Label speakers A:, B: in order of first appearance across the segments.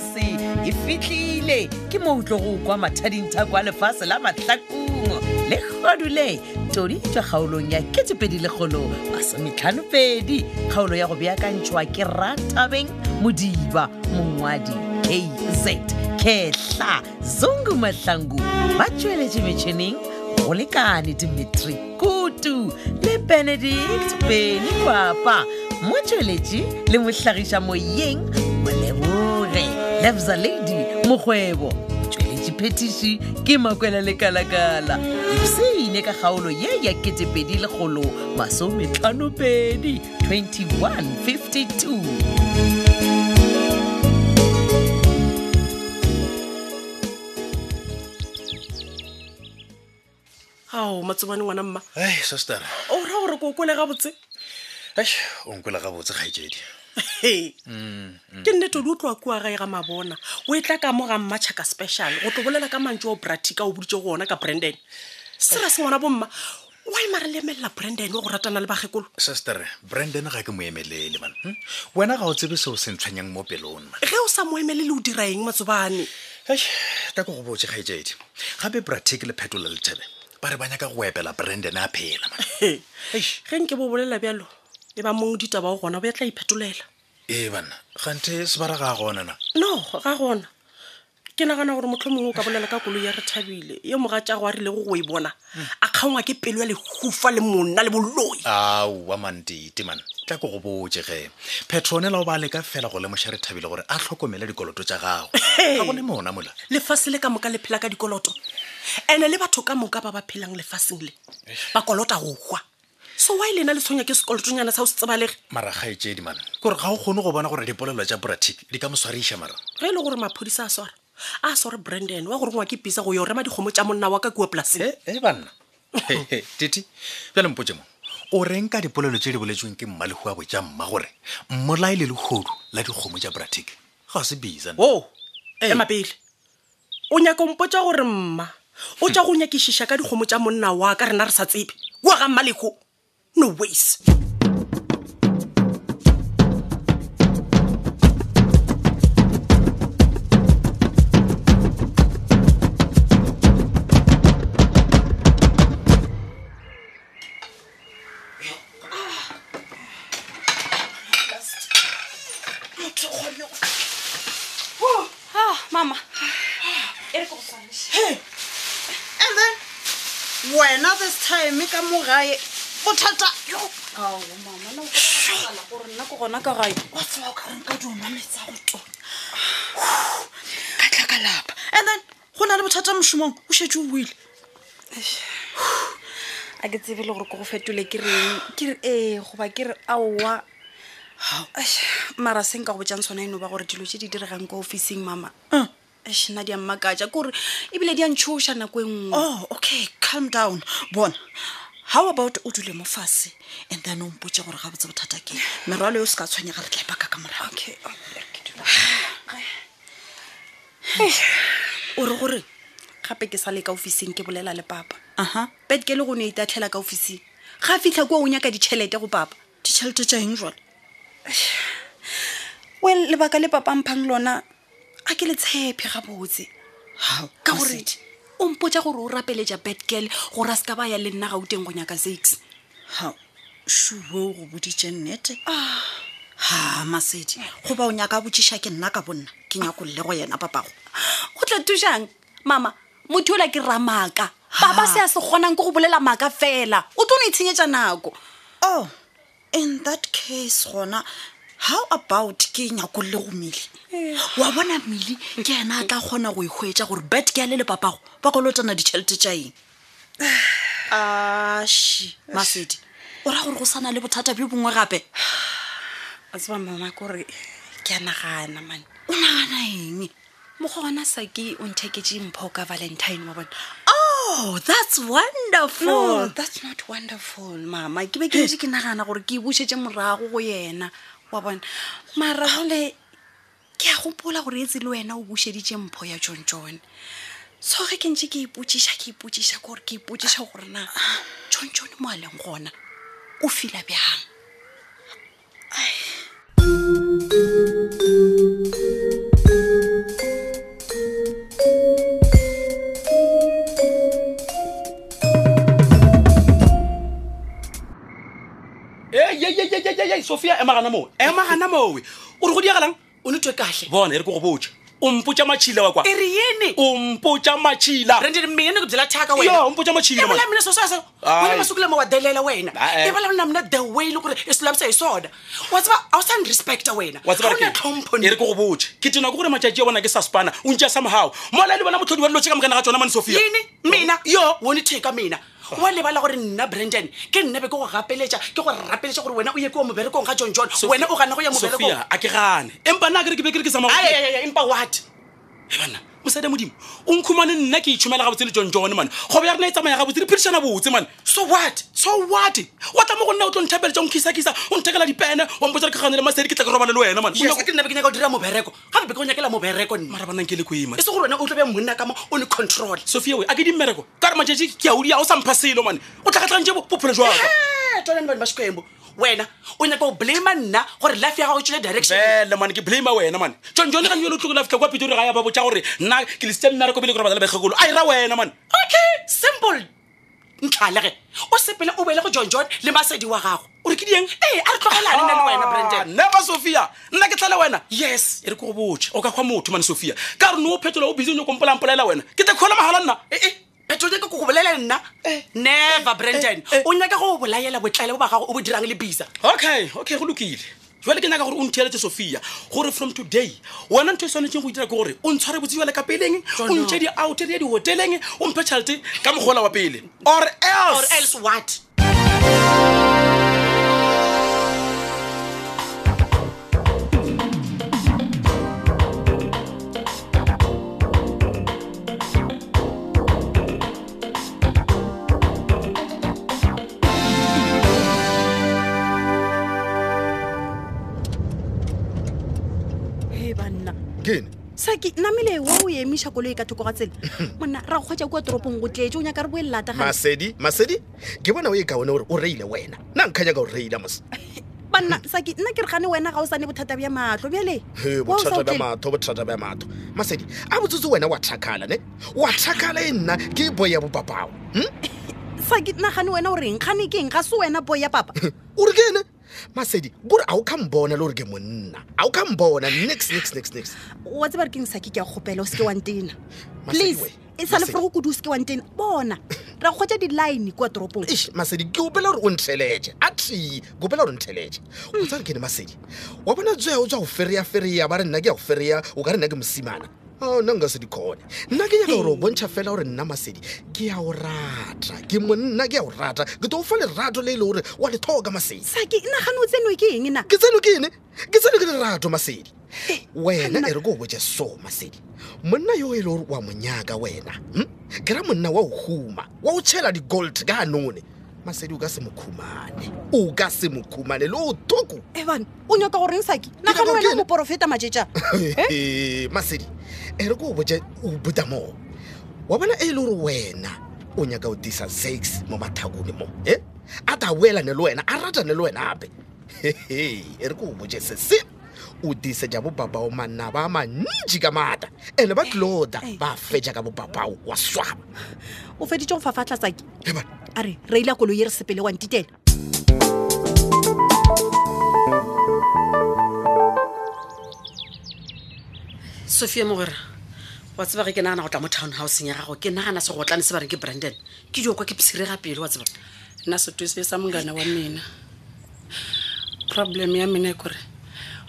A: e fitlhile ke mo utlo go kwa mathadintha kwa lefase la matlhakong le godule toditšwa kgaolong ya ketepedi lekgolo masometlhanopedi kgaolo ya go beakantšhwa ke ratabeng modiba mongwadi kz kehla zungu mahlangu ba tsweletše metšhineng go lekane dimitri kutu le benedict beny kwapa motsweletši le mohlagiša moyeng moleboge lebza lady mokgwebo tsweletši phetiši ke makwela lekalakala epseine ka kgaolo ye ya ketepedi lekgolo masometlhanopedi 2152
B: ao matsobane ngwana mma
C: ai sestera
B: o ra gore ko kole gabotse
C: ai o nkwela gabotse kgaetsedi
B: he ke nnete di o tloa kua gae ga mabona o e tla ka mo ga mmatšhaka special go tlo bolela ka mantse o bratica o boditse go ona ka branden se ra se ngwana bomma wa emare le emelela branden wa go ratana le bagekolo
C: sestere branden ga ke mo emelele man hm? wena ga o tsebe seo se ntshwanyang mo pelong man
B: ge o sa mo emelele o dira eng matsobane
C: ai ta ko go botse kgaetsedi gape bratic le phetola lethebe ba re ba nyaka go epela branden a phela man
B: he
C: Eish.
B: ge nke bo bolela bjalo e ba mong ditaba o gona bo ya tla iphetolela
C: ee banna gante sebara ga a gonana
B: no ga gona ke nagana gore motlho mongwe o ka bolela ka koloi ya re thabile ye moga tjago a rile go go e bona a kgaongwa ke pelo ya lehufa le monna le boloi
C: aowa mantete man tla ko go botse ge petronela o ba leka fela go lemoša re thabile gore a tlhokomele dikoloto tša gagwe
B: Hey.
C: ga gone mona mola
B: lefase le ka moka le phela ka dikoloto and-e le batho ka moka ba ba phelang lefaseng le ba kolota go hwa so wy lena le tshwenya ke sekolotonyana sa o se tsebalege
C: mara kgaetsedi man kore ga o kgone go bona gore dipolelo tša bratic di ka mo swariša mara
B: ge e le gore maphodisa a swara a sware branden wa gore ngwa ke pisa go yo rema dikgomo tša monna wa ka kua polaseng
C: e e, banna tite bjale mpotse mo o reng ka dipolelo tse di boletsweng ke mmalehua bo tša mma gore mmolai le lehodu la dikgomo tša bratic ga se bisa
B: o ema pele o nyaka ompotsa gore mma o tja go nyakešiša ka dikgomo tša monna wa ka rena re sa tsebe kua ga mmaleko no ways
D: mama
E: and then wena this time ka mo gae bothata yo
D: gore nna ke gona ka gae
E: wa tseba ka reng ka dionwa metsi a go to ka tla ka lapa and then go na le bothata mošomong o šetse o buile
D: a ke tsebe le gore ke go fetole ke reng ke re ee goba ke re aowa Eish, mara se nka go botjang tshwana eno ba gore dilo tse di diregang kwa officing mama Eish, nna di a mmakatša ke gore ebile di a ntshoša nako e nngwe
E: oh okay calm down bona how about o dule mo fase and then o mpotse gore ga botse bothata ke eng. merwalo yo o se ka tshwanyega re
D: e
E: tla epaka ka morago
D: okay
E: o re gore
D: gape ke sa le ka officing ke bolela le papa
E: aha
D: pet ke le go ne itatlhela ka officing ga fitlha kua o nyaka ditšhelete go papa
E: ditšhelete tša eng jale
D: well lebaka le papampang lona a ke le tshepe gabotse ka gore o mpotsa gore o rapeletša betgal gore a se ka ba ya le nna gauteng go nyaka six
E: ha suo go boditše nnete ha masedi goba o nyaka botsiša ke nna ka bonna ke nyakolle go yena papago
D: go tla thušang mama motho ola ke ramaka papa se a se kgonang ke go bolela maaka fela o tlo no itshenyetša nako
E: oh in that case gona how about ke nyakolle go mele wa bona mmele ke yena a tla kgona go ikgwetsa gore bet ke ale le papago ba kolotana ditšhelete tša eng Ah, ashi masedi o raya gore go sana le bothata bjo bongwe gape
D: a tseba mama kore ke a nagana mane
E: o nagana eng
D: mokgwa gona sake o ntheketse mpho ka valentine wa bona
E: oh that's wonderful
D: no that's not wonderful mama ke be ke ntse ke nagana gore ke busetse morago go yena wa bona mara gole ke a gopola gore etse le wena o buseditse mpho ya john john so ge ke ntse ke ipotsiša ke ipotsiša kore ke ipotsiša gore na john john mo a leng gona o fila bjang
F: sofia ema gana mowe ema gana mowe o re go diagalang
B: o netwe kahle
F: bona e re ke go botse o mpotsa matšhila wa kwa
C: Eh.
B: e re yene
F: o mpotsa matšhila
B: brandon meyene ke byela thaka wena
F: yo o mpotsa matšhila
B: evola mina swosweswo
F: Ai.
B: wena masiku lama wa delela wena
F: Ah, eh.
B: evola mina mina the way loko ri i swi lavisa hi swona wa tseva a wu sa ni respecta wena
F: wa tseba
B: a
F: re
B: wu na
F: keng?
B: tlhompho
F: e re ke go botse ke tena ko gore matšatši a bona ke suspana o ntšea somehow mola le bona motlhodi wa dilo tse ka mokana ga tsona mane sofia
B: yini mina yo wone theka mina wa lebala gore nna brandon ke nna be ke go gapeletša ke go rapeletša gore wena o ye ke wa moberekong ga john john wena o gana go ya moberekong
F: sofia a ke gane empa nna a kere ke be kere ke sama
B: ayayaya empa what
F: bana mosadi a modimo o nkhumane nna ke itšhomela gabotse le john john mane gobo ya rena e tsamaya gabotse le phedišana botse mane
B: so what
F: so what wa tla mo go nna o tlo ntlhapeletša o nkisakisa o nthekela dipene wa mpotsa re ke gane le masedi ke tla ke robale le wena mane
B: yes ke nna be ke nyaka go dira mobereko gape be ke go nyakela mobereko nna
F: mara bannang ke le ko ema
B: e se gore wena o tlo be monna ka mo o ne control
F: sophia we a ke dimmereko ka re matšatši ke aodia o sa mpha selo mane o tlhagatlhagantše bophelo jwaka
B: Eh, twanani vanhu va xikwembu wena u nyaka u blame nna gore life ya gago e tswile direction
F: bele mane ke blame wena mane john john ganyele o tlogela fitlha kwa pitori ga ya ba botsa gore nna ke lesitse mmereko bele ke robala le batlhakolo a ira wena mane
B: okay simple ntlhalege o sepele o boele go john john le masedi wa gago
F: o re ke dieng
B: ee a re tlogelane nna le wena branden
F: Ah, never sophia nna ke tlhale wena
B: yes
F: e re ko go botse o ka kgwa motho mane sophia ka gore no o phetola o busy o nyokompolampolela wena ke te kgole mahala nna Eh.
B: ee pheto nyaka ko eh, go bolele nna never branden o nyaka go o bolaela botlale bo ba gago o bo dirang le bisa
F: okay okay go lokile jale ke nyaka gore o ntheeletse sophia gore from today wena ntho e tshwanetseng go itira ke gore o ntshware botse jale ka peleng o ntse di-out di ya di-hoteleng o mphe tšhalete ka mogola wa pele or
B: or
F: else
B: else what
D: he banna
C: kene
D: saki namele wa o emiša koloi ka thoko ga tsela monna ra go kgwetsa kua toropong go tletse o nyaka re boelelata
G: masedi masedi ke bona o e kaone gore o reile wena nna nkganya ka o reila mose
D: banna saki nna ke re gane wena ga o sane bothata bja matlho bjale
G: He,
D: Wa o sa
G: bothata bja
D: utlwele?
G: matho bothata bja matho masedi a botsetse wena wa thakala ne wa thakala e nna ke boy ya bopapago
D: saki nna gane wena o reng gane ke eng ga se wena boy ya papa
G: o re ke ene masedi kore a o ka mbona le gore ke monna a o ka mbona nix nix nix nix
D: wa tseba re keng saki ke a gopela o seke wantena
G: Masedi
D: please
G: we,
D: e sale
G: Masedi.
D: fore go kudu o seke wantena bona ra go kgwetsa di-line kua toropong
G: Eish, masedi ke opela gore o ntheletše a tee ke opela gore o ntheletše o tsa re ke ne masedi wa bona tsea o tswa go fereya-fereya ba re nna ke ya go fereya o ka re nna ke mosimana o nna nka se di kgone nna ke nyaka gore o bontšha fela gore nna masedi ke ya o rata ke monna ke ya o rata ke to o fa lerato le e le gore wa le thoka masedi
D: saki nna gane o tsenwe ke eng na
G: ke tseno ke ene ke tseno ke lerato masedi
D: Hey,
G: wena
D: Anna.
G: e re ko o botse so masedi monna yo e le gore wa monyaka wena hm? ke ra monna wa o huma wa o tšhela di-gold ka ganone masedi o ka se mokhumane o ka se mokhumane le o thoko
D: ebane o nyaka goreng saki
G: Ke
D: nna gane
G: nyaka gore ke
D: wena o
G: ene.
D: moporofeta majetšang
G: Eh, masedi e re ko o botse o buta moo wa bona e le gore wena o nyaka o disa six mo mathakone mo e a ta boelane le wena a ratane le wena ape hehe e re ko o botse sese o dise ja bobabao manaba a mantši ka maata ande ba tloda ba fetša ka bobabao wa swaba
D: o feditse go fafatlha saki
G: He bana.
D: a re reile koloi e re sepele wantitela
B: sophia mogwera wa tseba ge ke nagana go tla mo town houseng ya gago ke nagana segotlane se ba reng ke branden ke dio kwa ke psirega pele wa tseba
H: nna setwese sa mongana wa mina problem ya mina e kore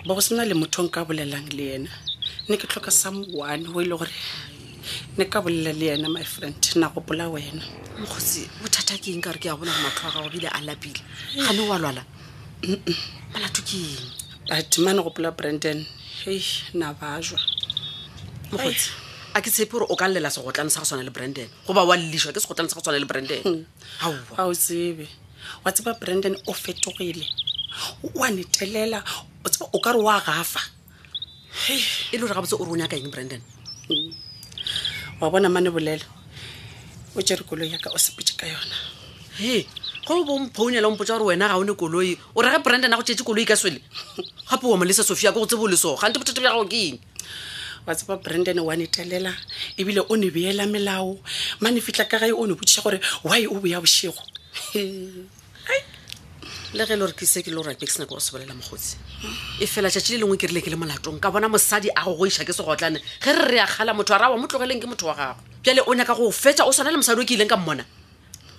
H: ba go sena le motho o nka bolelang le ena ne ke tlhoka someone o e le gore ne ka bolela le ena my friend na gopola wena
B: mokgotsi bothata ke eng ka gore ke a bona go matlho a gago bile a lapile gane wa lwala Mm-mm. molato ke eng
H: but mane gopola brandon hei na bajwa
B: mokgotsi a ke tshepe gore o ka llela segotlane sa go tshwana le branden goba wa llešwa ke segotlane sa go tshwana le branden aowa
H: ga Hmm. o tsebe wa tseba brandon o fetogile o a netelela o tseba o ka re wa gafa
B: e le gore gabotse o re o nyaka eng branden
H: Hmm. wa bona mane bolela o jere koloi yaka o sepetse ka yona
B: e go bo mphounela ompotsa gore wena ga o ne koloi o rage branden a go tšetse koloi ka swele gape wa molesa sophia ke go tsebo leso gante bothata bja gago ke eng
H: wa tseba brandon wa netelela ebile o ne beela melao mane fitlha ka gae o ne botšiša gore wy o boya bošego
B: le ge e le gore ke ise ke le gore a ke se nako go se bolela mokgotsi
I: e fela tšatši le lengwe ke rile ke le molatong ka bona mosadi a go goiša ke segotlane ge re re akgala motho a ra wa mo tlogeleng ke motho wa gagwe bjale o nyaka go fetsa o swana le mosadi o ke ileng ka mmona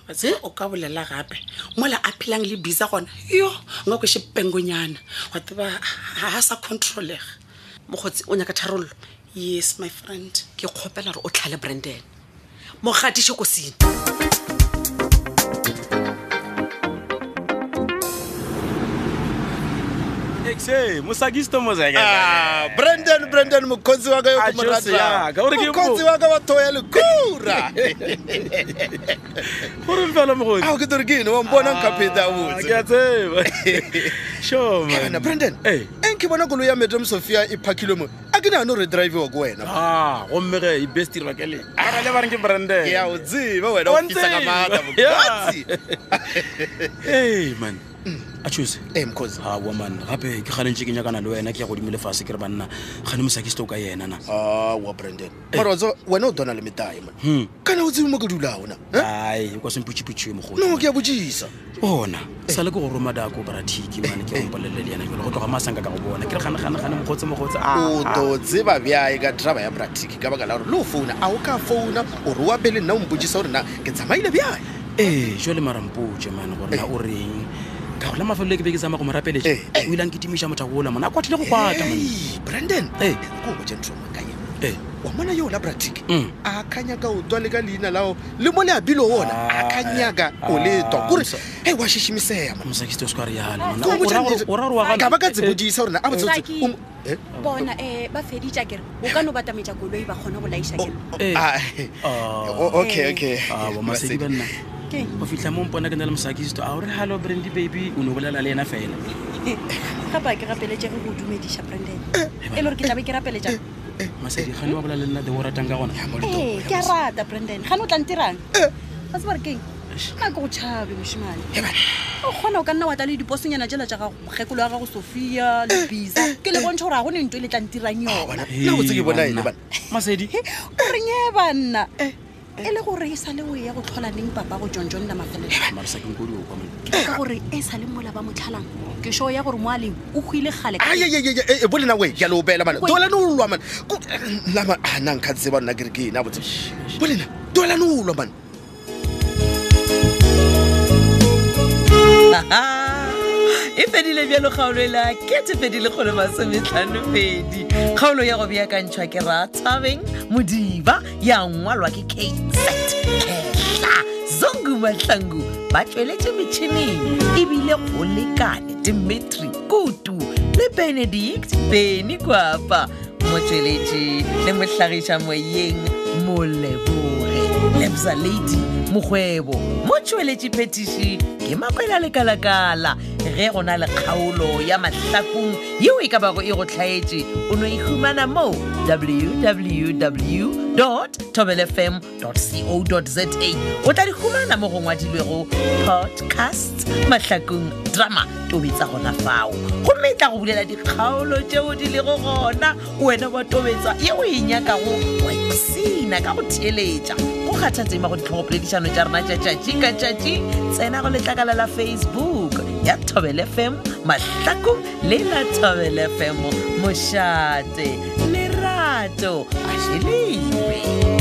H: Wa tseba o ka bolela gape mola a phelang le bisa gona yo nka kwese pengonyana wa teba ga a sa controlega
I: mokgotsi o nyaka tharollo
H: yes my friend
I: ke kgopela gore o tlhale branden mogatiše kosine
F: exe mosakisto
G: Ah, brandon brandon mokgotsi wa ka yo
F: Ah,
G: ke mo
F: Jose ya ka, o re ke mo-
G: ratangmokgotsi wa ka wa thoya lekura
F: goreng fela
G: ao ke tore ke ene wa mbona nkapheta
F: Ah,
G: botse
F: tseba
G: ana brandon
F: Ee.
G: e nke bona kolo ya madam sophia e phakile mo a ke naane gore drivewa ko wena
F: a gomme ge ibesti rakeleng aga le bareng ke branden
G: ke a o tseba wena o
F: Wa
G: fisa ka
F: ntseba.
G: maatla
F: Yeah.
G: mokgotsi
F: e man a chose
G: ee mokgotsi
F: a boman gape ke ganentse ke nyakana le wena ke ya godimo lefase ke re banna gane mosakisto o ka yena na
G: awa Ah, brandon marotso wena o dona le metae mona
F: Hmm. Ah.
G: kana o tsebe mo ke dulaona
F: ai o ka semputšiputšie
G: no
F: mogolo
G: ke a botsisa
F: bona sa Oh, le ke go roma dako bratiki mane ke gompolele le yena jalo go tloga masanka ka go bona ke re ganeganegane mogotse mogotse
G: o to tseba bjae ka draba ya bratiki ka baka la gore le o founa a o ka founa ore oa pele nna o mpotsisa gore na ke tsamaile bjae
F: ee jale marampotse mane gore
G: Ee.
F: na o reng ka go la mafelelo e ke be ke tsamaya go mo rapeletša
G: Eh, eh.
F: o ilang ke timiša motho ola mone a kwathile go kwata man
G: Hey, brandon
F: Eh.
G: ko boje ntomakaye
F: Eh.
G: wa mona yo la bratiki
F: Mm.
G: a akanyaka o twa le ka leina lao le mone a bile ona
F: Ah,
G: akanyaka
F: eh.
G: o le twa
F: Ah,
G: kore
F: msa-
G: e wa shishimiseya man
F: mosakiste o se ka re yalo
G: Ke o botša nnete. ka ba ka
F: eh,
G: tsebodisa gore na um, a
D: Saki.
G: eh,
D: bona um ba feditša kere o ka no batametša koloi ba kgona go laiša kere
F: Eh.
G: ah, oh,
F: ah,
G: okay okay
F: masedi
G: Masedi.
F: banna
D: Ke?
F: oh. go fitlha mo mpona ke na le mosakisto a ore hallo brandy baby o ne o bolela le ena fela
D: gapa ke rapeletšege go dumediša branden e le gore ke tlabe ke
F: Eh,
D: rapeletša
F: masedi gane wa bola le nna the o ratang ka gona
D: ee ke a rata branden gane o tla ntirang
F: Eh.
D: ga se bare keng nna ke go tšhabe mošimane o kgona o ka nna wa tla le diposonyana jela ja gago mokgekolo ya gago sophia le bisa ke le bontšha gore ga go ne nto e le tla ntirang yona
G: nna botse ke bona ene bana
F: masedi
D: goreng e banna e le gore e sa le o ya go tlholaneng papa go jonjon la mafelelo
F: maresakenkodioka mone
D: ke ka gore e sa le mola ba motlhalang ke show ya gore moaleng o goile gale ka eng.
G: ayeyeee bolena oe ke a le o beela mana
D: Wait.
G: dolane o lwa mana nama a eh, ah, na nkga tseba nna kere ke ena botse bolena dolane o lwa mana
A: Aha. e fedile bjalo kgaolo e la kete fedile kgolo masometlhano pedi kgaolo ya go beakantšhwa ke ratabeng modiba ya ngwalwa ke katset ketla zongu mahlangu ba tsweletše metšhineng ebile go lekane dimitri kutu le benedict beny kwapa motsweletše le mohlagiša moyeng moleboge lebza lady mokgwebo mo tsweletše phetiši ke makwela lekala-kala ge go na le kgaolo ya mahlakong yeo e ka bago e go tlhaetše o no e humana mo www tobelfm co za o tla di humana mo go ngwadilwego podcast mahlakong drama tobetsa gona fao gomme e tla go bulela dikgaolo tšeo di lego gona wena wa tobetsa yeo e nyakago wa ipsena ka go theeletša go kgathatsema go ditlhogopoledišano tša rena tša tšatši ka tšatši tsena go letlakala la facebook ya thobel fm mahlako le la thobel fm mošate lerato a šelewe